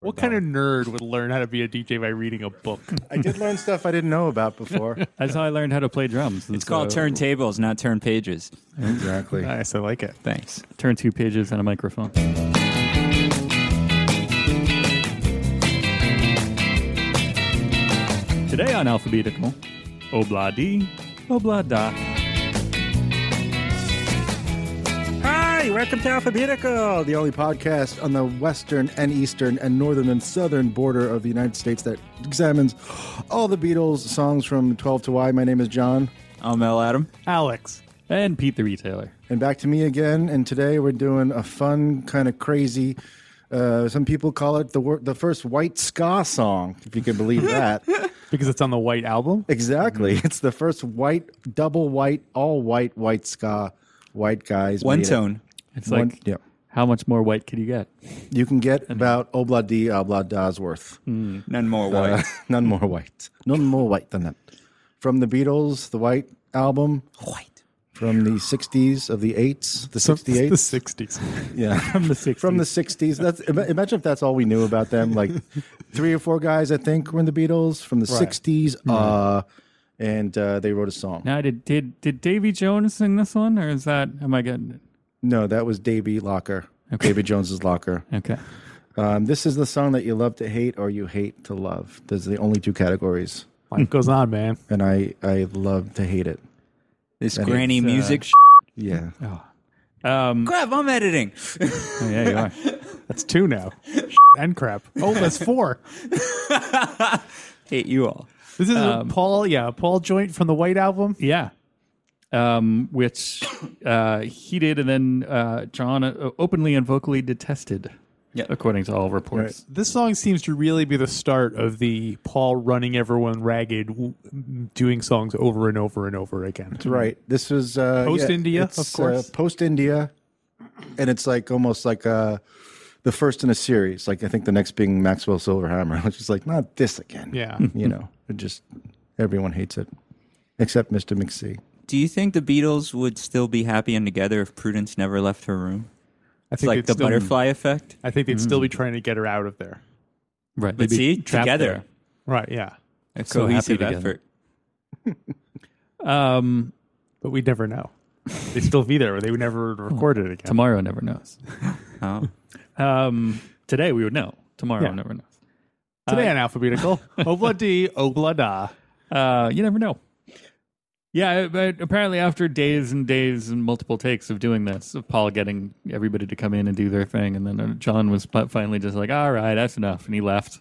What kind of nerd would learn how to be a DJ by reading a book? I did learn stuff I didn't know about before. That's how I learned how to play drums. uh, It's called turntables, not turn pages. exactly. nice, I like it. Thanks. Turn two pages and a microphone. Today on Alphabetical, obla di, obla da. Hi, welcome to Alphabetical, the only podcast on the western and eastern and northern and southern border of the United States that examines all the Beatles songs from 12 to Y. My name is John. I'm Mel Adam. Alex, And Pete the Retailer. And back to me again. And today we're doing a fun, kind of crazy. Uh, some people call it the wor- the first white ska song, if you can believe that. because it's on the White Album. exactly, it's the first white, double white, all white, white ska, white guys. One made it. tone. It's One- like, yeah. how much more white could you get? You can Mm-hmm. get about oh, Obla D, Obla Da's ah, worth. Mm. None more white. Uh, none more white. None more white than that. From the Beatles, the White album. white. From the 60s, of the 8s, the the 68s. 60s. Yeah. From the 60s. From the 60s. That's ima- Imagine if that's all we knew about them. Like three or four guys, I think, were in the Beatles from the 60s. Mm-hmm. Uh, and uh, they wrote a song. now, did, did did Davy Jones sing this one, or is that am I getting No, that was Davy Locker. Davy Jones's Locker. it? Okay, Um, this is the song that you love to hate or you hate to love. Those are the only two categories. Life goes on, man. And I, I love to hate it. This granny it's, uh, music. Sh- Yeah. Uh-huh. um, crap, I'm editing. oh, yeah, you are. That's two now. and crap. Oh, that's four. Hate you all. This is Um, a Paul, yeah, a Paul joint from the White Album. Yeah. Um, which uh, he did, and then uh, John uh, openly and vocally detested, Yeah. according to all reports. This song seems to really be the start of the Paul running everyone ragged, w- doing songs over and over and over again. Right. This was uh, Post India, it's, of course. Uh, Post India, and it's like almost like uh, the first in a series. Like I think the next being Maxwell Silverhammer, which is like not this again. Yeah. hmm. you know, it just everyone hates it except Mr. McSee. Do you think the Beatles would still be happy and together if Prudence never left her room? I It's think like they'd the still- butterfly Hmm. effect. I think they'd still be trying to get her out of there. Right. But they'd be see, trapped together, Right, yeah. a So happy cohesive together. effort. there. Um, But we'd never know. They'd still be there, or they would never record it again. tomorrow never knows. Oh. Um, today we would know. Tomorrow Yeah. never knows. Today on Alphabetical, Obla D, Obla Da. Uh, you never know. Yeah, uh, but apparently after days and days and multiple takes of doing this, of Paul getting everybody to come in and do their thing, and then uh, John was fi- finally just like, "All right, that's enough," and he left.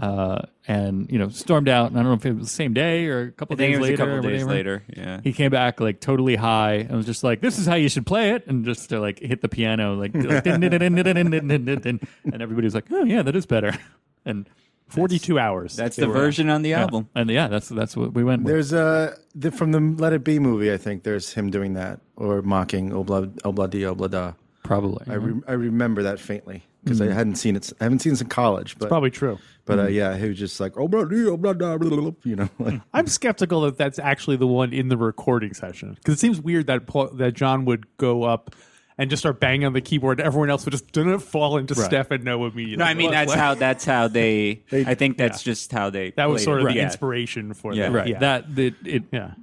Uh, and you know, stormed out. And I don't know if it was the same day or a couple I think days it was later. a couple or days whatever. later. Yeah. He came back like totally high and was just like, "This is how you should play it," and just to like hit the piano, like, like din, din, din, din, din, din, din, din, din. and everybody was like, "Oh yeah, that is better." And 42 hours. That's They the were- version on the yeah. album. and yeah, that's that's what we went with. There's uh, the, from the Let It Be movie. I think there's him doing that or mocking Obla Obla Di Obla Da. Probably. Uh-huh. I, re- I remember that faintly because Mm-hmm. I hadn't seen it. s- I haven't seen this in college, but probably true. but uh, yeah, he was just like Obla Di Obla Da, blah, blah, blah," you know. Like, I'm skeptical that that's actually the one in the recording session because it seems weird that Paul, that John would go up and just start banging on the keyboard. Everyone else would just didn't fall into step and know immediately. No, I mean that's how that's how they. I think that's just how they. that was played sort it. of the Yeah. inspiration for Yeah. that. right Yeah. that the, it yeah.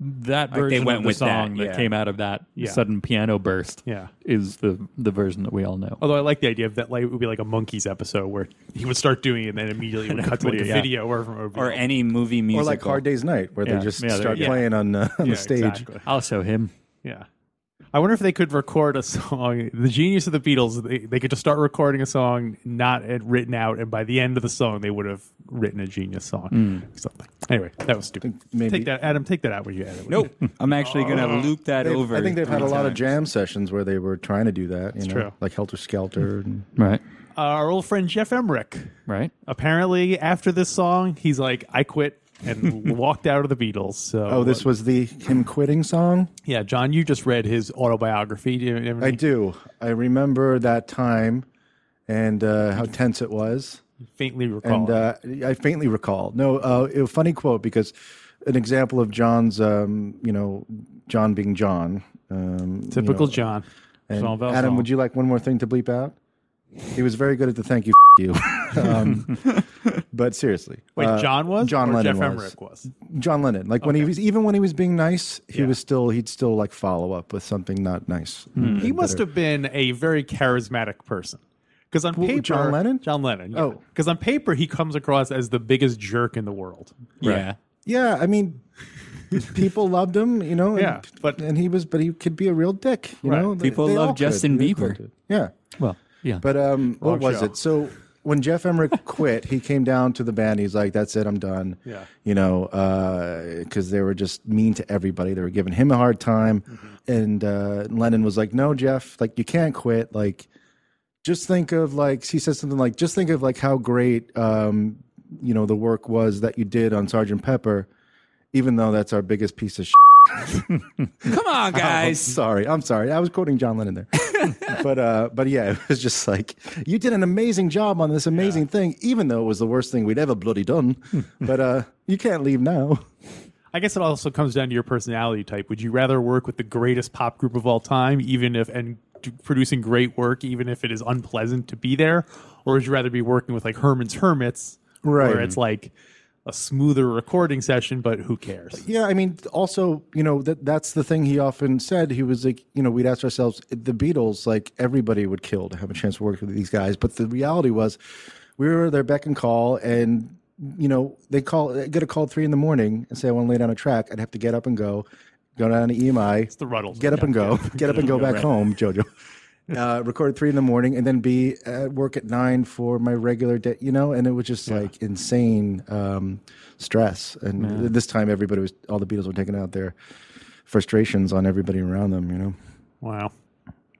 that they version went of the with that, song that, yeah. came out of that Yeah. sudden piano burst Yeah. Oh, is the the version that we all know Although I like the idea of that, like it would be like a monkeys episode where he would start doing it and then immediately it would cut to like a Yeah. video or or, or any movie or musical. like Hard Day's Night, where Yeah. they just Yeah, there- start yeah. playing on, uh, on Yeah, the stage. exactly. i'll show him Yeah. I wonder if they could record a song. The genius of the Beatles, they, they could just start recording a song, not it written out, and by the end of the song, they would have written a genius song Mm. or something. Anyway, that was stupid. maybe- Take that, Adam. Take that out when you edit. it. Nope. I'm actually gonna loop that They've- over. I think they've had a three lot of times. jam sessions where they were trying to do that. You know, true. like Helter Skelter. And, right Our old friend Jeff Emmerich. right Apparently, after this song, he's like, "I quit." and walked out of the Beatles. So, oh, this was the him quitting song. yeah, John, you just read his autobiography. Do you ever- I do. I remember that time and uh, how tense it was. faintly recall. and uh, I faintly recall. No, uh, it was a funny quote because an example of John's, um, you know, John being John. Um, you Typical know, John. and Jean Valjean. Adam, would you like one more thing to bleep out? He was very good at the thank you you. um, but seriously, Wait, uh, John was? John or Lennon Jeff was. Emmerich was. John Lennon. Like when he was even when he was being nice, he Yeah. Hmm. was still he'd still like follow up with something not nice. He must have been a very charismatic person. Because on paper, John Lennon? John Lennon. Oh. because on paper he comes across as the biggest jerk in the world. Yeah. Yeah, I mean, people loved him, you know. and- Yeah, but- and he was, but he could be a real dick, you Right. know. They- People they love all could. Justin They all Bieber. could. Yeah, Well, yeah. but um, what Wrong was show. it? So when Jeff Emmerich quit, he came down to the band. He's like, "That's it, I'm done." Yeah. you know, because they were just mean to everybody. They were giving him a hard time, Mm-hmm. and uh, Lennon was like, "No, Jeff, like you can't quit. Like, just think of like he said something like, just think of like how great um, you know the work was that you did on Sergeant Pepper, even though that's our biggest piece of shit." Come on, guys. Sorry, I'm sorry. I was quoting John Lennon there. but uh, but yeah, it was just like you did an amazing job on this amazing thing, even though it was the worst thing we'd ever bloody done. but uh, you can't leave now. I guess it also comes down to your personality type. Would you rather work with the greatest pop group of all time, even if and do- producing great work, even if it is unpleasant to be there, or would you rather be working with like Herman's Hermits, Right. where it's like a smoother recording session, but who cares? Yeah, I mean, also, you know, that that's the thing he often said. He was like, you know, we'd ask ourselves, the Beatles, like everybody would kill to have a chance to work with these guys. But the reality was, we were their beck and call, and you know, they call, they get a call at three in the morning and say, I want to lay down a track. I'd have to get up and go, go down to E EMI, It's the Ruddles. get up and go, get up and go back home, Jojo. Uh, record at three in the morning and then be at work at nine for my regular day, you know, and it was just like insane um, stress. And th- this time, everybody was, all the Beatles were taking out their frustrations on everybody around them, you know. Wow.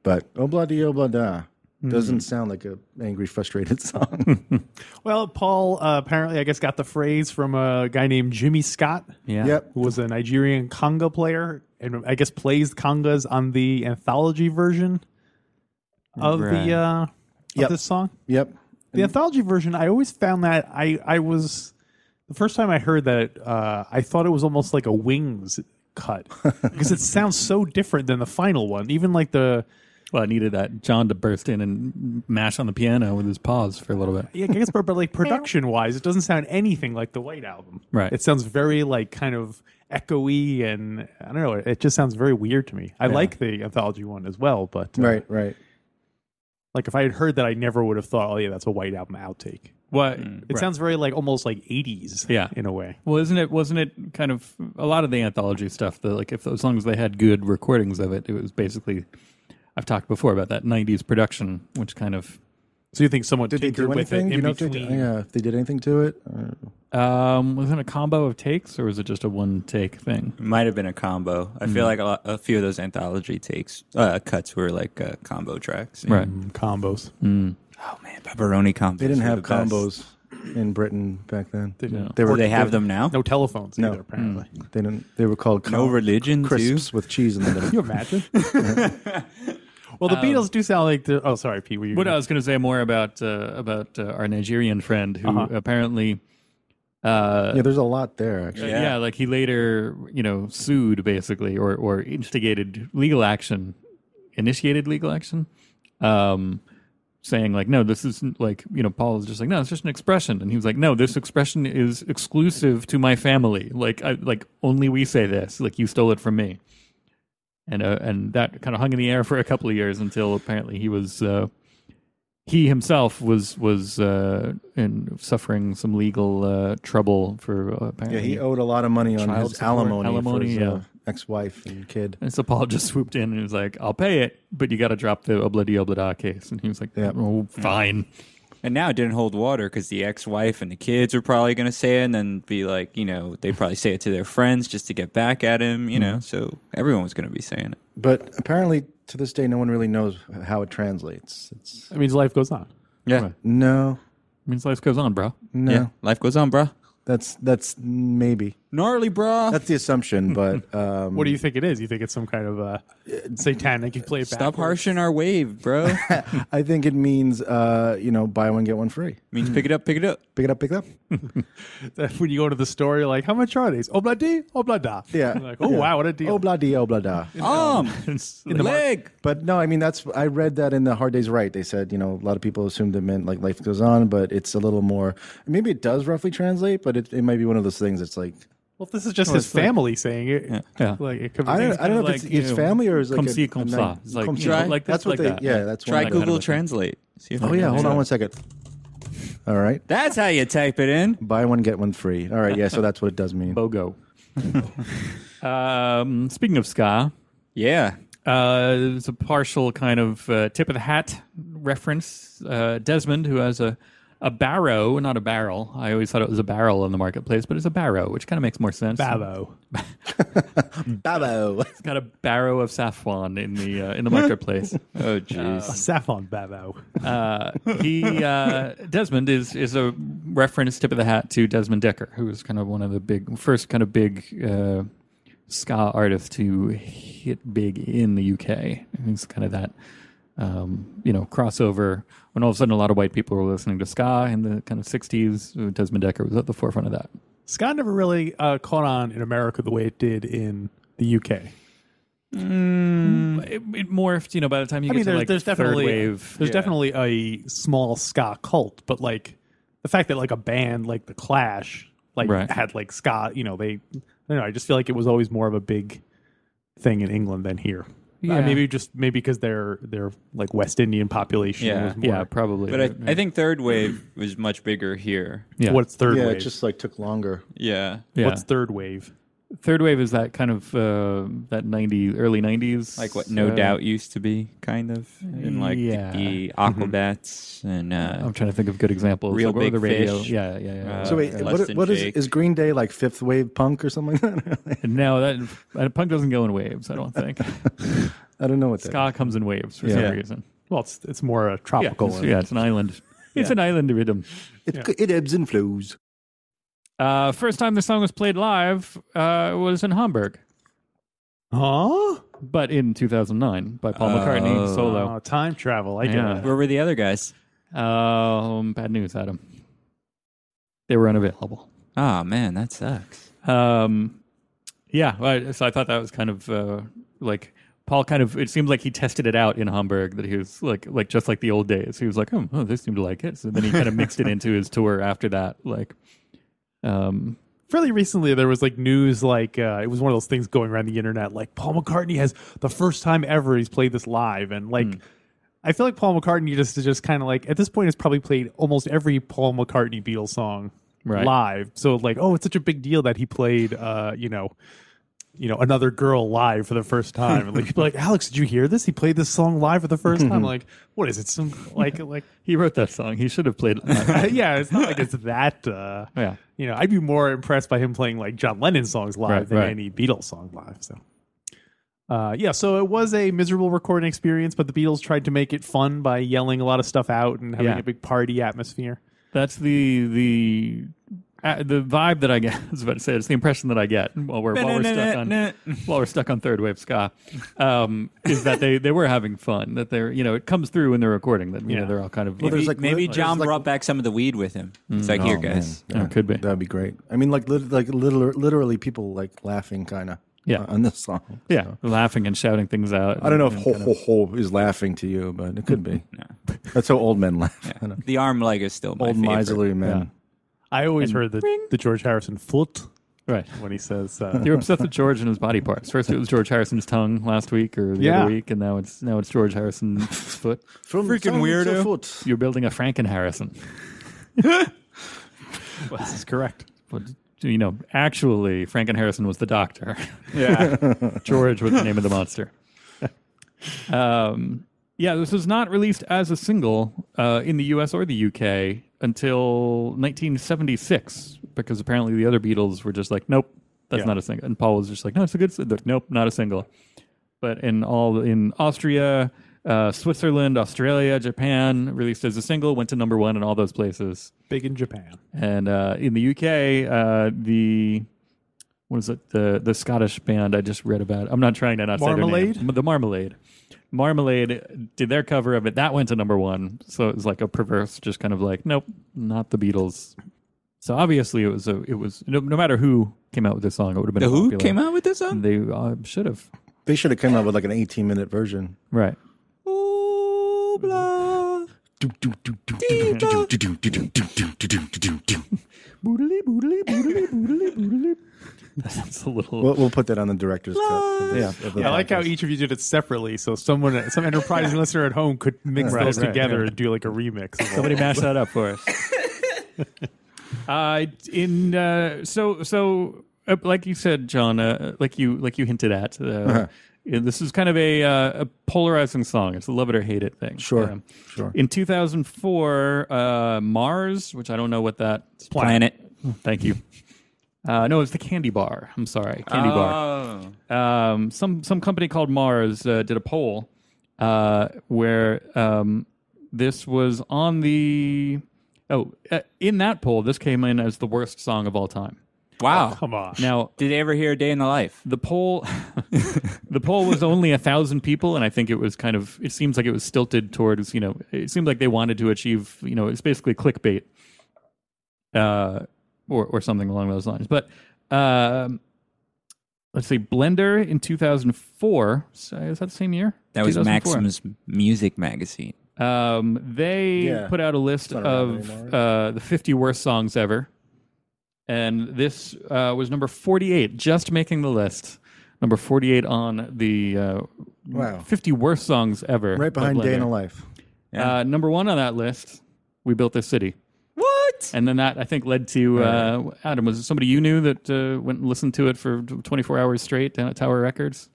But oh, blah, dee, oh, blah, da. Doesn't sound like a angry, frustrated song. Well, Paul uh, apparently, I guess, got the phrase from a guy named Jimmy Scott, Yeah. yep. who was a Nigerian conga player, and I guess plays congas on the anthology version of Right. the uh, of Yep. this song. Yep. The anthology version, I always found that I I was the first time I heard that uh, I thought it was almost like a Wings cut because it sounds so different than the final one. Even like the Well, I needed that John to burst in and mash on the piano with his paws for a little bit. yeah, I guess, but, but like production wise, it doesn't sound anything like the White Album. Right. It sounds very like kind of echoey and I don't know. It just sounds very weird to me. I like the anthology one as well, but uh, Right, right. Like if I had heard that, I never would have thought, oh yeah, that's a White Album outtake. What? It sounds very like almost like eighties. Yeah. In a way. Well, isn't it? Wasn't it kind of a lot of the anthology stuff? That like, if as long as they had good recordings of it, it was basically. I've talked before about that '90s production, which kind of. So you think someone Did they tinkered do with anything? it in Do you know if they, between? did- yeah, if they did anything to it? Or- Um, was it a combo of takes, or was it just a one take thing? Might have been a combo. I feel like a, lot, a few of those anthology takes uh, cuts were like uh, combo tracks. Right. Mm-hmm. combos. Oh man, pepperoni combos. They didn't were have the best. combos in Britain back then. They didn't. They Or were, they have they- them now. No telephones No. Mm. either, apparently. They didn't. They were called No col- religion too. crisps with cheese in the middle. Can you imagine? well, the Beatles do sound like the. Oh, sorry, Pete. Were you What gonna- I was going to say more about uh, about uh, our Nigerian friend who apparently, uh, yeah, there's a lot there actually. yeah. like he later you know sued basically or or instigated legal action, initiated legal action, um, saying like no this isn't like you know Paul is just like no it's just an expression and he was like no this expression is exclusive to my family like I, like only we say this like you stole it from me. And, uh, and that kind of hung in the air for a couple of years until apparently he was uh, he himself was was uh, in suffering some legal uh, trouble for uh, Yeah, apparently. he owed a lot of money on Child his support, alimony, alimony, for his yeah. uh, ex-wife and kid. and so Paul just swooped in and was like, "I'll pay it, but you got to drop the obladi oblada case." And he was like, Yeah. "Oh, fine." And now it didn't hold water because the ex-wife and the kids are probably going to say it and then be like, you know, they probably say it to their friends just to get back at him, you know. So everyone was going to be saying it. But apparently, to this day, no one really knows how it translates. It's That means life goes on. Yeah. no, Means life goes on, bro. no. Yeah. Life goes on, bro. That's that's maybe. gnarly, bro. That's the assumption, but um, What do you think it is? You think it's some kind of uh, satanic? You play it Stop backwards? harshing our wave, bro. I think it means uh, you know buy one get one free. means pick it up, pick it up. Pick it up, pick it up. when you go to the store, you're like, how much are these? Obladi, oblada. Yeah. Like, oh Yeah. wow, what a deal. Oh blah dee, oh blah da. Arm, It's like- Um, leg. But no, I mean that's I read that in the Hard Day's Right. They said you know a lot of people assumed it meant like life goes on, but it's a little more. Maybe it does roughly translate, but it, it might be one of those things. that's like well, if this is just his family saying it. Yeah. Like it could be Oh, I don't, things I don't kinda know if like, it's, it's you know, family or is like Come a- see, a come night- saw. It's like, come you see. know, like this, that's what like they. that. Yeah, that's Try one. kind of Google a thing. Translate. See if Oh it yeah, comes hold on up. one second. All right, That's how you type it in. buy one get one free. All right, yeah, so that's what it does mean. Bogo. um, speaking of ska, Yeah. uh, it's a partial kind of uh, tip of the hat reference. Uh, Desmond, who has a a barrow, not a barrel. I always thought it was a barrel in the marketplace, but it's a barrow, which kind of makes more sense. Babo. Babo. It's got a barrow of saffron in the uh, in the marketplace. Oh jeez. Saffron Babo. uh, he uh, Desmond is is a reference tip of the hat to Desmond Decker, who was kind of one of the big first kind of big uh, ska artist to hit big in the UK. It's kind of that um, you know crossover when all of a sudden a lot of white people were listening to ska in the kind of '60s. Desmond Decker was at the forefront of that. Scott never really uh, caught on in America the way it did in the UK. It, it morphed, you know. By the time you I get mean, to there's, like there's third definitely wave, there's definitely a small ska cult, but like the fact that like a band like the Clash like Right. had like ska, you know, they I don't know. I just feel like it was always more of a big thing in England than here. Uh, Yeah. maybe just maybe because their their like West Indian population Yeah. was more. yeah, probably. But I, I think third wave was much bigger here. yeah. What's third Yeah, wave? it just like took longer. Yeah. yeah. What's third wave? Third wave is that kind of uh, that ninety early nineties, uh, Like what No Doubt used to be, kind of. And like yeah. the E, Mm-hmm. Aquabats and uh, I'm trying to think of good examples. Real Like, what were Big the radio? Fish. Yeah, yeah, yeah. Uh, So wait, Less what, Than what is Jake. is Green Day like fifth wave punk or something like that? no, that uh, punk doesn't go in waves. I don't think I don't know what that. ska comes in waves for Yeah. some reason. Well, it's it's more a Yeah, tropical it's, one. yeah, it's an island. It's an island rhythm. It, it ebbs and flows. Uh, first time the song was played live uh, was in Hamburg, Huh? but in 2009 by Paul McCartney Oh. solo. Oh, time travel. I get Yeah. it. where were the other guys? Um, bad news, Adam. They were unavailable. Oh man, that sucks. Um, yeah, well, so I thought that was kind of uh, like Paul. Kind of, it seemed like he tested it out in Hamburg. That he was like, like just like the old days. He was like, oh, oh they seem to like it. So then he kind of mixed it into his tour after that. Like, um, fairly recently there was like news like uh, it was one of those things going around the internet like paul mccartney has the first time ever he's played this live and like i feel like paul mccartney just is just kind of like at this point has probably played almost every paul mccartney beatles song Right. live so like oh it's such a big deal that he played uh you know you know another girl live for the first time and like people are like alex did you hear this he played this song live for the first time like what is it some like like he wrote that song. He should have played. it. yeah it's not like it's that uh yeah. you know, I'd be more impressed by him playing like John Lennon songs live Right, than right. any Beatles song live. So, uh, yeah, so it was a miserable recording experience, but the Beatles tried to make it fun by yelling a lot of stuff out and having Yeah. a big party atmosphere. That's the the uh, the vibe that I get. I was about to say it's the impression that I get while we're while we're stuck on while we're stuck on third wave ska um, is that they they were having fun. That they're you know it comes through in the recording that you Yeah. know they're all kind of Maybe, there's, like, maybe li- John there's, like- brought back some of the weed with him. It's like here, Oh, guys. man. Oh, could be. That'd be great. I mean, like lit- like literally, literally people like laughing kind of Yeah. on this song. Yeah, laughing and shouting things out. I don't know if ho ho ho is laughing to you, but it could be. That's how old men laugh. I don't know. The arm leg is still my Old favorite. miserly men. I always heard the, the George Harrison foot Right. when he says, uh, You're obsessed with George and his body parts. First, it was George Harrison's tongue last week or the Yeah. other week, and now it's now it's George Harrison's foot. From Freaking tongue to weirdo. foot. You're building a Franken Harrison. This is correct. But, you know, actually, Franken Harrison was the doctor. Yeah. George was the name of the monster. Um, yeah, this was not released as a single uh, in the U.S. or the U.K. until 1976, because apparently the other Beatles were just like, "Nope, that's Yeah. not a single." And Paul was just like, "No, it's a good." Single. Nope, not a single. But in all in Austria, uh, Switzerland, Australia, Japan, released as a single, went to number one in all those places. Big in Japan. And uh, in the UK, uh, the what is it? The the Scottish band I just read about. I'm not trying to not say their Marmalade? name. The Marmalade. Marmalade did their cover of it. That went to number one. So it was like a perverse, just kind of like, nope, not the Beatles. So obviously it was a it was no, no matter who came out with this song, it would have been The a Who popular- came out with this song? They uh, should have They should have come out with like an 18 minute version. right. Ooh, blah. Boodly boodly boodly boodly boodly. That's a little. We'll, we'll put that on the director's cut. of this- of the I like how podcast. each of you did it separately, so someone, some enterprising listener at home, could mix Right, those right, together and do like a remix. of all- Somebody mash that up for us. uh, in uh, so so uh, like you said, John, uh, like you like you hinted at, uh, yeah, this is kind of a, uh, a polarizing song. It's a love it or hate it thing. Sure, Um, sure. In 2004, uh, Mars, which I don't know what that. Planet. Thank you. Uh, no, it's the candy bar. I'm sorry, candy bar Oh. um, some some company called Mars uh, did a poll uh, where um, this was on the oh uh, in that poll this came in as the worst song of all time. Oh, Wow. Come on. Now Did they ever hear a day in the life? the poll the poll was only a thousand people, and I think it was kind of it seems like it was stilted towards you know it seemed like they wanted to achieve you know it's basically clickbait uh, or or something along those lines. But um, let's see, Blender in 2004. So is that the same year? That was 2004. Maxim's music magazine. Um, they Yeah. put out a list not around of anymore, uh, the 50 worst songs ever, and this uh, was number 48, just making the list. Number 48 on the uh, Wow. 50 worst songs ever. Oh. Right by behind Day in Blender. the Life. Uh, number one on that list, We Built This City. What? And then that I think led to uh, Adam. Was it somebody you knew that uh, went and listened to it for 24 hours straight down at Tower Records?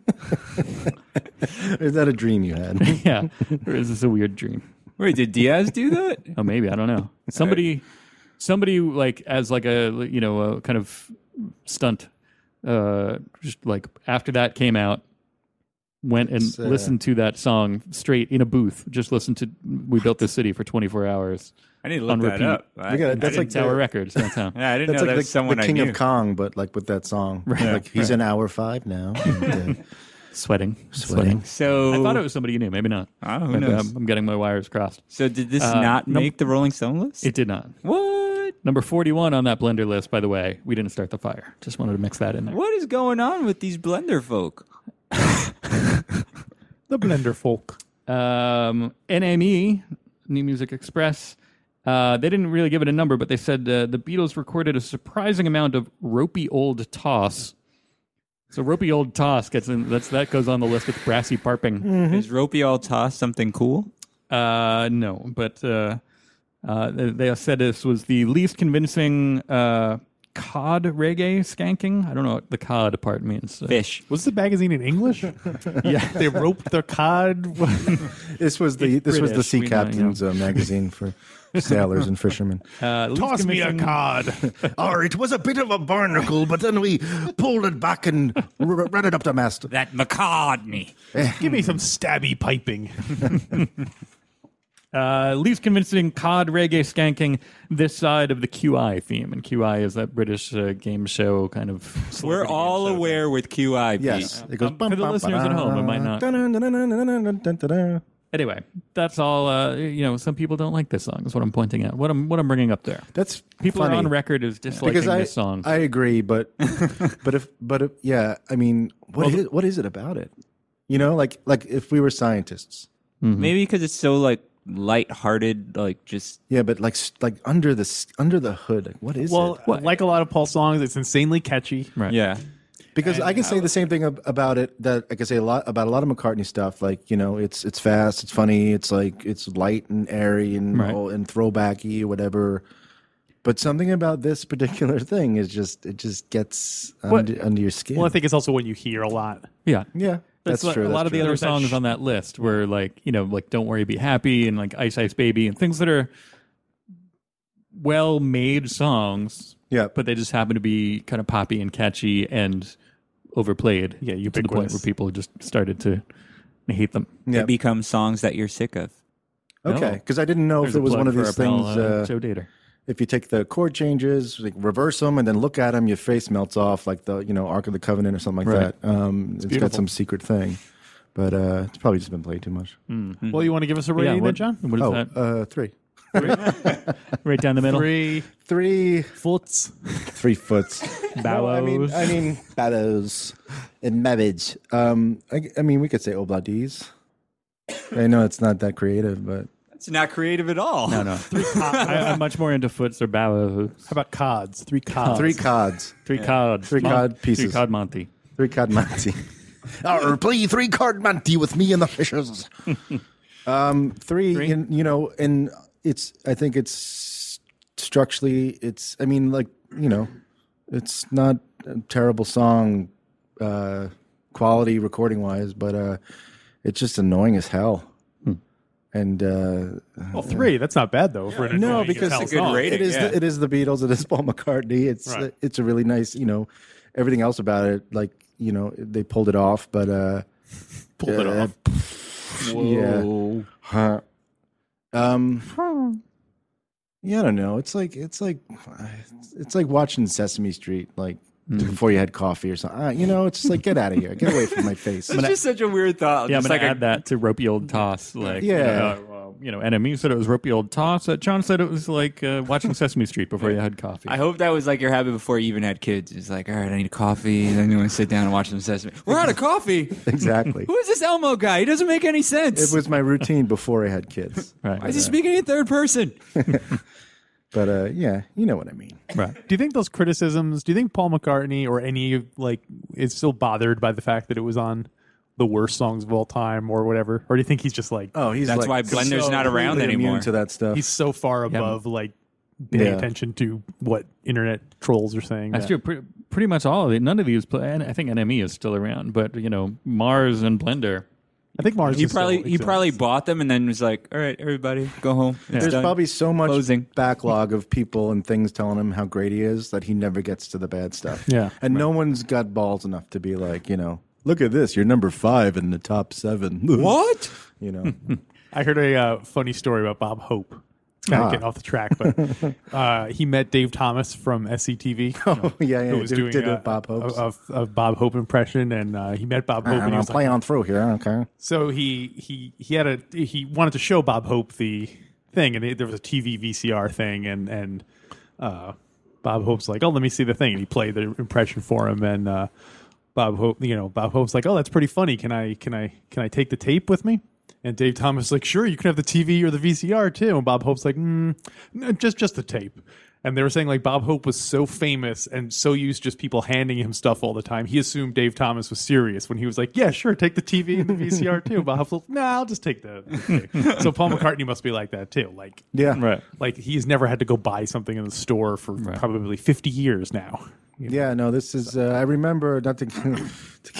Is that a dream you had? Yeah, or is this a weird dream? Wait, did Diaz do that? Oh, maybe I don't know. Somebody, somebody like as like a you know a kind of stunt. Uh, just like after that came out, went and It's, uh, listened to that song straight in a booth. Just listened to "We Built This City" for 24 hours. I need to look On that repeat. up. I, You gotta- That's in like Tower the- Records downtown. yeah, I didn't That's like know that the, was someone the King I knew. of Kong, but like with that song. Like he's in hour five now. and, uh, Sweating, sweating. sweating. so I thought it was somebody you knew. Maybe not. Oh, who Maybe knows? I'm, I'm getting my wires crossed. So did this Uh, not num- make the Rolling Stone list? It did not. what? Number 41 on that blender list, by the way. We didn't start the fire. Just wanted to mix that in there. What is going on with these Blender folk? the Blender folk. um, NME, New Music Express. Uh, they didn't really give it a number, but they said uh, the Beatles recorded a surprising amount of ropey old toss. So ropey old toss gets in, that's that goes on the list with brassy parping. Mm-hmm. Is Ropey all toss something cool? Uh, no, but uh, uh, they- they said this was the least convincing uh, cod reggae skanking. I don't know what the cod part means. Uh, Fish. Was the magazine in English? yeah, they roped their cod. This was the this was the British, sea we know, you captain's uh, magazine for sailors and fishermen. uh, least Toss me a convincing- cod. Or it was a bit of a barnacle, but then we pulled it back and r- ran it up the mast. That McCartney. Give me some stabby piping. Uh, least convincing COD reggae skanking this side of the QI theme, and QI is that British uh, game show kind of. We're celebrity all game show. aware with QI. Yes, Pete. it goes. Um, for the listeners at home, it might not. not. Anyway, that's all. Uh, you know, some people don't like this song. Is what I'm pointing out. What I'm what I'm bringing up there. That's People funny. are on record as disliking because I this song. I agree, but but if but if, yeah, I mean, what is what is it about it? You know, like like if we were scientists, Maybe because it's so like lighthearted, like just yeah, but like s- like under the s- under the hood, like what is Well, it? like a lot of Paul songs, it's insanely catchy. right. yeah. Because I can say the same thing ab- about it that I can say a lot about a lot of McCartney stuff. Like you know, it's it's fast, it's funny, it's like it's light and airy and Right. all- and throwbacky, whatever. But something about this particular thing is just it just gets under, under your skin. Well, I think it's also one you hear a lot. Yeah. yeah, that's, like true. A lot that's of the true. other was that songs sh- on that list were like, you know, like "Don't Worry, Be Happy" and like "Ice Ice Baby" and things that are well-made songs. Yeah. but they just happen to be kind of poppy and catchy and overplayed. Yeah, to the point ubiquitous. where people just started to hate them. Yeah. They become songs that you're sick of. Okay, No. because I didn't know There's if a it was plug one of for these our pal, things. uh, uh, Joe Dater. if you take the chord changes, like reverse them, and then look at them, your face melts off, like the you know Ark of the Covenant or something like Right. that. Um, it's got beautiful. some secret thing, but uh, it's probably just been played too much. Well, you want to give us a rating, then, what, John? what is Oh, that? uh, three, Right down the middle. Three three, foots. three foots. Bow I mean, wows. I mean, bows and marriage. Um, I, I mean, we could say obladies. I know it's not that creative, but It's not creative at all. no, no. I, I'm much more into foots or bow. How about cods? Three cods. three cods, Three cod. Three cod pieces. Three cod Monty. three cod Monty. or Uh, play three card Monty with me and the fishes. um, three, And, you know, and it's. I think it's structurally. It's. I mean, like you know, it's not a terrible song, uh, quality recording wise, but uh, it's just annoying as hell. And uh, Well, three. That's not bad though. for an No, annoying because Mattel it's a good song. rating. it is yeah. the, it is the Beatles. It is Paul McCartney. It's uh, Right. it's a really nice you know everything else about it. Like you know they pulled it off, but uh, Pulled it uh, off. yeah, huh. um, yeah, I don't know. It's like it's like it's like watching Sesame Street like before you had coffee or something. Uh, you know, it's just like get out of here, get away from my face. It's just such a weird thought. Yeah, I'm just gonna like a- add that to ropey old toss. Like, Yeah. uh, well, you know, enemy said it was ropey old toss. Uh, John said it was like uh, watching Sesame Street before you had coffee. I hope that was like your habit before you even had kids. It's like, all right, I need a coffee. Then you want to sit down and watch some Sesame. We're out of coffee. exactly. Who is this Elmo guy? He doesn't make any sense. It was my routine before I had kids, right, Why is he speaking in third person? but uh, yeah, you know what I mean. right. Do you think those criticisms? Do you think Paul McCartney or any like is still bothered by the fact that it was on the worst songs of all time or whatever? Or do you think he's just like Oh, he's That's why like, Blender's so not around completely immune anymore. to that stuff. he's so far above like paying Yeah. attention to what internet trolls are saying? That's that- true. Pretty, pretty much all of it. None of these. Play, and I think NME is still around, but you know, Mars and Blender. I think Mars. He is still probably he exists. probably bought them and then was like, all right, everybody, go home. It's There's done. probably so much Closing. backlog of people and things telling him how great he is that he never gets to the bad stuff. Yeah. And no one's got balls enough to be like, you know, look at this. You're number five in the top seven. what? You know, I heard a uh, funny story about Bob Hope. It's kind of Ah. getting off the track, but uh, he met Dave Thomas from SCTV. Oh, yeah, yeah. Who was Dude doing did a uh, Bob Hope's. a- a- a Bob Hope impression, and uh, he met Bob Hope. and I'm he going was to like, play on through here. I don't care. So he he he had a he wanted to show Bob Hope the thing, and there was a TV VCR thing, and and uh, Bob Hope's like, oh, let me see the thing, and he played the impression for him, and uh, Bob Hope, you know, Bob Hope's like, oh, that's pretty funny. Can I can I can I take the tape with me? And Dave Thomas is like, sure, you can have the TV or the VCR too. And Bob Hope's like, mm, no, just just the tape. And they were saying like Bob Hope was so famous and so used to just people handing him stuff all the time. He assumed Dave Thomas was serious when he was like, "Yeah, sure, take the TV and the VCR too." Bob Hope's like, "No, I'll just take the." the tape." so Paul McCartney must be like that too. Like, Yeah. Right. like he's never had to go buy something in the store for probably fifty years now. You know? Yeah, no, this is. Uh, I remember not to, to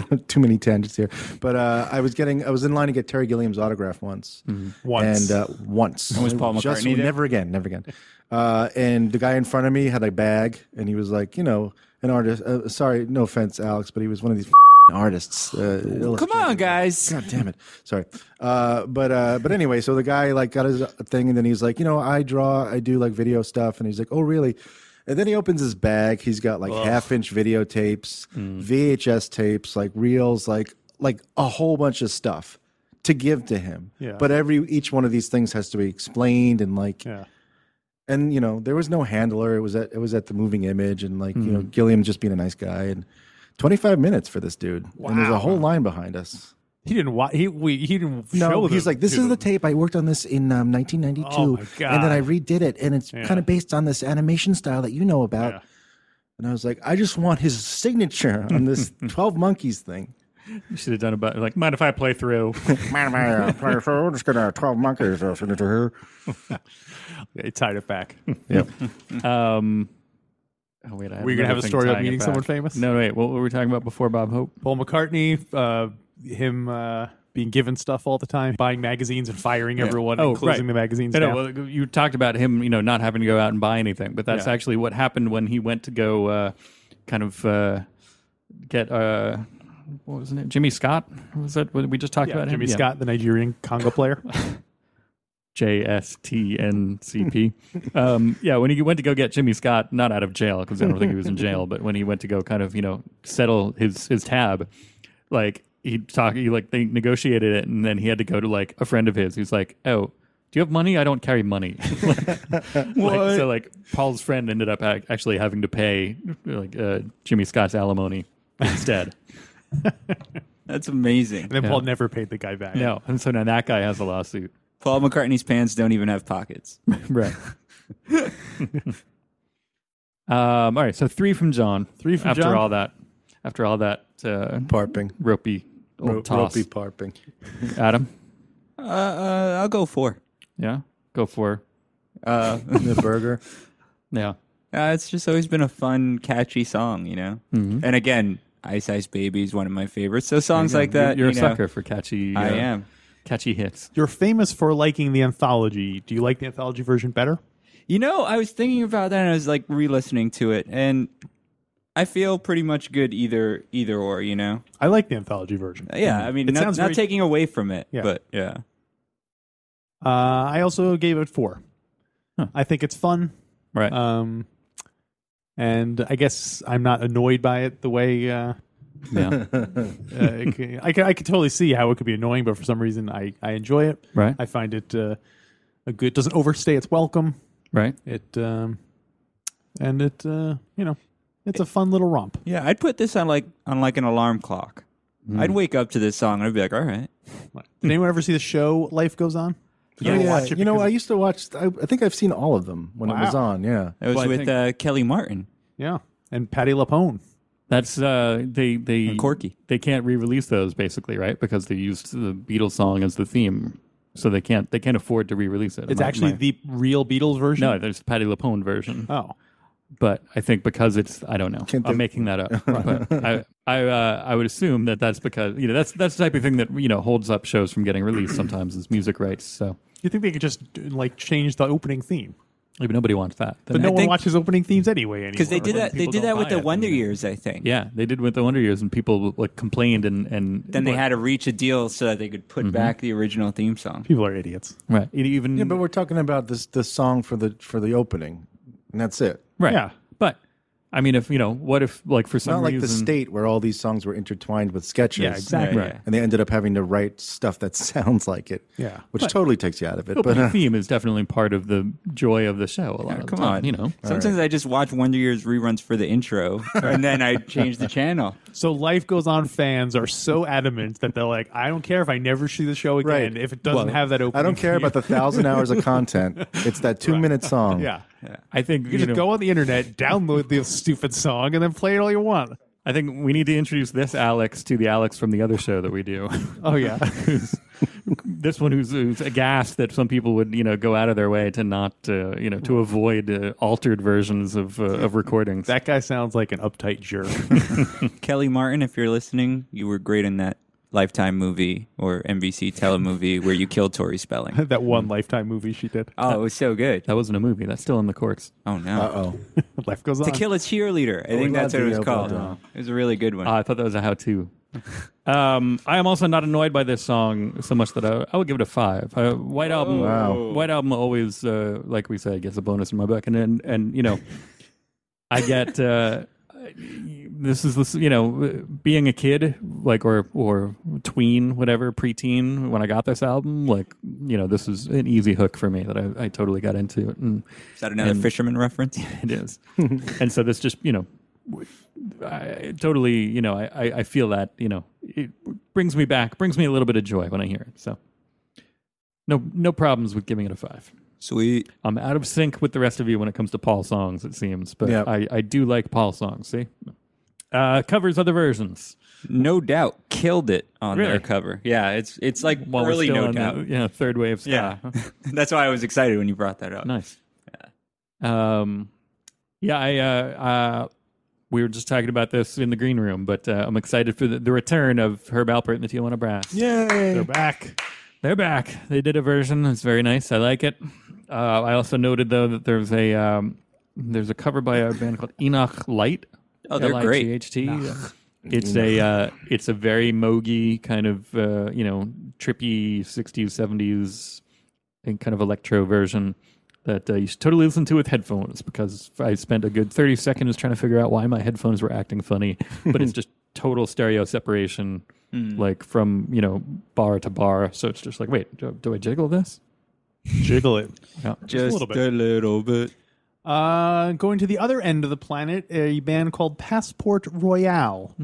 get too many tangents here, but uh, I was getting. I was in line to get Terry Gilliam's autograph once. Once. and uh, once. And Mm-hmm. was Paul Just, McCartney there? Never again. Never again. Uh, and the guy in front of me had a bag, and he was like, you know, an artist. Uh, sorry, no offense, Alex, but he was one of these artists. Uh, Come on, guys. God damn it. Sorry. Uh, but uh, but anyway, so the guy like got his thing and then he's like, you know, I draw, I do like video stuff, and he's like, oh really? And then he opens his bag. He's got like half inch videotapes, Mm. VHS tapes, like reels, like like a whole bunch of stuff to give to him. Yeah. But every each one of these things has to be explained and like yeah. and you know there was no handler. It was at it was at the moving image and like Mm. you know Gilliam just being a nice guy and. 25 minutes for this dude. And there's a Wow. whole line behind us. He didn't watch. He we he didn't No, show. he's them like, this to is the them. tape. I worked on this in um, 1992, Oh, my and then God. I redid it, and it's kind of based on this animation style that you know about. Yeah. And I was like, I just want his signature on this 12 Monkeys thing. You should have done about like, mind if I play through? We're just gonna 12 Monkeys uh, signature. They tied it back. Yep. um, oh wait, I have Were you gonna another have a thing story about tying it meeting back. someone famous? No, wait. What were we talking about before Bob Hope? Paul McCartney, uh, him uh, being given stuff all the time, buying magazines and firing everyone, Oh, and closing the magazines No, no, down. well, you talked about him, you know, not having to go out and buy anything, but that's Yeah. actually what happened when he went to go, uh, kind of uh, get uh, what was his name? Jimmy Scott was that what we just talked yeah, about? Jimmy him? Yeah. Scott, the Nigerian Congo player. J S T N C P. Um, yeah, when he went to go get Jimmy Scott, not out of jail because I don't think he was in jail, but when he went to go kind of you know settle his his tab, like he talked, he like they negotiated it, and then he had to go to like a friend of his who's like, oh. Do you have money? I don't carry money. Like, so, like, Paul's friend ended up ac- actually having to pay like uh, Jimmy Scott's alimony instead. That's amazing. And then Paul never paid the guy back. no, and so now that guy has a lawsuit. Paul McCartney's pants don't even have pockets. Right. um, all right. So three from John. Three from after John? all that. After all that uh, Parping. ropey old Ro- toss. Ropey parping. Adam. Uh, uh, I'll go four. Yeah. Go for. her. Uh, The burger. Yeah. Uh, it's just always been a fun, catchy song, you know. Mm-hmm. And again, Ice Ice Baby is one of my favorites. So songs like that, You're, you're you a know, sucker for catchy. I uh, am. Catchy hits. You're famous for liking the anthology. Do you like the anthology version better? You know, I was thinking about that, and I was like re-listening to it, and I feel pretty much good either either or. You know, Uh, I like the anthology version. Mm-hmm. yeah. I mean, It not, sounds not very- taking away from it, Yeah. but yeah, Uh, I also gave it four. I think it's fun. Right. Um, and I guess I'm not annoyed by it the way uh, yeah. uh, it c- I, could, I could totally see how it could be annoying, but for some reason I, I enjoy it. Right. I find it uh, a good. Doesn't overstay its welcome. Right. It um, and it uh, you know, it's a fun little romp. yeah. I'd put this on like on like an alarm clock. Mm-hmm. I'd wake up to this song and I'd be like, all right. Did anyone ever see the show Life Goes On? Oh, don't yeah. watch it you know, because- I used to watch. I, I think I've seen all of them when it was Wow. on. Yeah. That was Well, I with think- uh, Kelly Martin. Yeah, and Patty Lapone. That's uh, they they And Corky. They can't re-release those basically, right? Because they used the Beatles song as the theme, so they can't they can't afford to re-release it. It's Am I- actually am the real Beatles I- version. no. There's Patty Lapone version. Oh, but I think because it's I don't know. Can't I'm they- making that up. But I I uh, I would assume that that's because you know that's that's the type of thing that you know holds up shows from getting released sometimes is music rights. So you think they could just like change the opening theme? but nobody wants that. But no I one think- watches opening themes anyway. Anymore. Because they did when that, they people did don't that with buy the it, Wonder you know. Years, I think. yeah, they did with the Wonder Years and people like complained and and Then they had to reach a deal so that they could put Mm-hmm. back the original theme song. People are idiots. right It even Yeah, but we're talking about this the song for the for the opening, and that's it. right Yeah. but. I mean, if you know, what if like for some Not like reason the state where all these songs were intertwined with sketches. Yeah, exactly. Right. And they ended up having to write stuff that sounds like it. Yeah. which totally takes you out of it. But But the uh, theme is definitely part of the joy of the show. A lot of the Come time, on, you know. Sometimes I just watch Wonder Years reruns for the intro, and then I change the channel. So Life Goes On fans are so adamant that they're like, I don't care if I never see the show again Right. if it doesn't have that opening. I don't care theme." about the thousand hours of content. It's that two minute song. Yeah. I think you, You, just know, go on the internet, download the stupid song, and then play it all you want. I think we need to introduce this Alex to the Alex from the other show that we do. Oh yeah, who's, this one who's, who's aghast that some people would you know go out of their way to not uh, you know to avoid uh, altered versions of uh, of recordings. that guy sounds like an uptight jerk. Kelly Martin, if you're listening, you were great in that Lifetime movie or NBC telemovie where you killed Tori Spelling. that one Lifetime movie she did. Oh, it was so good. that wasn't a movie. That's still in the courts. Oh no, Uh oh. Life Goes On. to kill a cheerleader. Oh, I think that's what it was love called. the open. It was a really good one. Uh, I thought that was a how to. Um, I am also not annoyed by this song so much that I, I would give it a five. Uh, White album, Wow. White album always, uh, like we said, gets a bonus in my book, and and, and you know, I get uh, this is this you know being a kid like or or tween whatever preteen when I got this album like you know this is an easy hook for me that I, I totally got into it and Is that another fisherman reference? it is. and so this just, you know, I totally, you know, I, I, I feel that, you know, it brings me back, brings me a little bit of joy when I hear it. So no, no problems with giving it a five. Sweet. I'm out of sync with the rest of you when it comes to Paul songs, it seems, but Yep. I, I do like Paul songs. See, uh, covers other versions. No doubt, killed it on Really? their cover. Yeah, it's it's like While we're really still no on the, doubt. yeah, third wave. ska. yeah, that's why I was excited when you brought that up. Nice. Um, yeah, I, uh, uh, we were just talking about this in the green room, but uh, I'm excited for the, the return of Herb Alpert and the Tijuana Brass. They're Yay. back. They're back. They did a version. It's very nice. I like it. Uh, I also noted though that there's a um, there's a cover by a band called Enoch Light. Oh, they're great. L-I-G-H-T. It's a uh, it's a very mogy kind of uh, you know trippy '60s '70s and kind of electro version that uh, you should totally listen to with headphones because I spent a good 30 seconds trying to figure out why my headphones were acting funny, but it's just total stereo separation, like from, you know, bar to bar. So it's just like, wait, do, do I jiggle this? Jiggle it. Yeah. Just a little little bit. bit. Uh, going to the other end of the planet, a band called Passport Royale.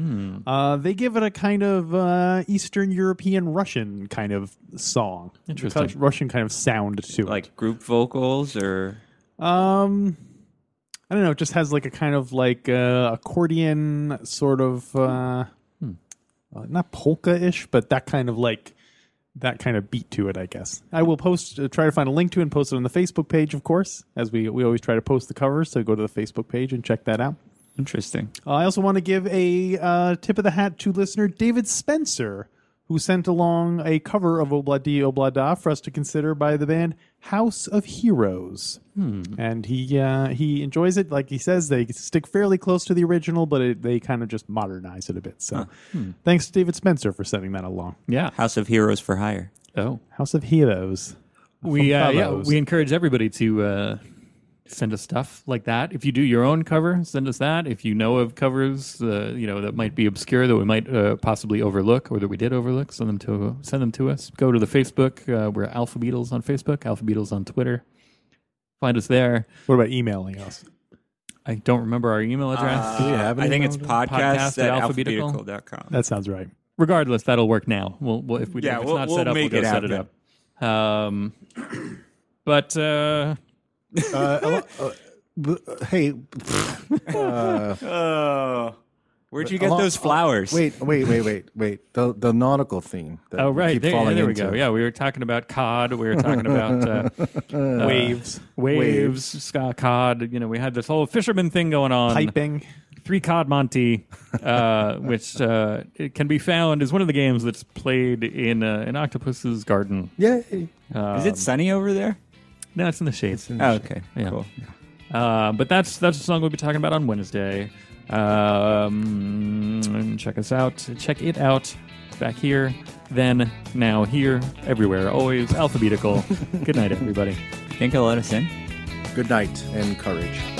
Uh, they give it a kind of uh, Eastern European Russian kind of song. Interesting. Kind of Russian kind of sound to it. Like group vocals or Um, I don't know. It just has like a kind of like uh, accordion sort of uh, uh, not polka ish, but that kind of like that kind of beat to it. I guess I will post uh, try to find a link to it and post it on the Facebook page, of course, as we we always try to post the covers. So go to the Facebook page and check that out. interesting. Uh, I also want to give a uh, tip of the hat to listener David Spencer, who sent along a cover of Obladi Oblada for us to consider by the band House of Heroes. Hmm. And he uh, he enjoys it. Like he says, they stick fairly close to the original, but it, they kind of just modernize it a bit. So Hmm. thanks to David Spencer for sending that along. Yeah. House of Heroes for Hire. Oh. House of Heroes. we From uh, yeah, Fellows. we encourage everybody to uh, send us stuff like that. If you do your own cover, send us that. If you know of covers, uh, you know that might be obscure that we might uh, possibly overlook or that we did overlook, send them to send them to us. Go to the Facebook. Uh, we're Alpha Beatles on Facebook, Alpha Beatles on Twitter. Find us there. What about emailing us? I don't remember our email address. have I any think it's podcast, Podcast at at alphabetical. alphabetical. dot com. That sounds right. Regardless, that'll work now. We'll, we'll if we Yeah, if it's we'll- not we'll set up, we'll make go it set it happen. up. Um, but uh, Uh, a lo- uh, b- hey, Oh, where'd you a get lot- those flowers? uh, wait, wait, wait, wait, wait. The the nautical theme. That oh we right, keep there, falling there we into. go. Yeah, we were talking about cod. We were talking about. Uh, Waves, waves, ska cod. You know, we had this whole fisherman thing going on. piping. Three cod Monty, uh, which uh, it can be found is one of the games that's played in uh, in Octopus's garden. Um, Yay. Is it sunny over there? No, it's in the shades. Oh, okay, Yeah. cool. Uh, but that's that's the song we'll be talking about on Wednesday. Um, check us out. Check it out. Back here, then, now, here, everywhere, always alphabetical. Good night, everybody. Think he'll let us in? Good night and courage.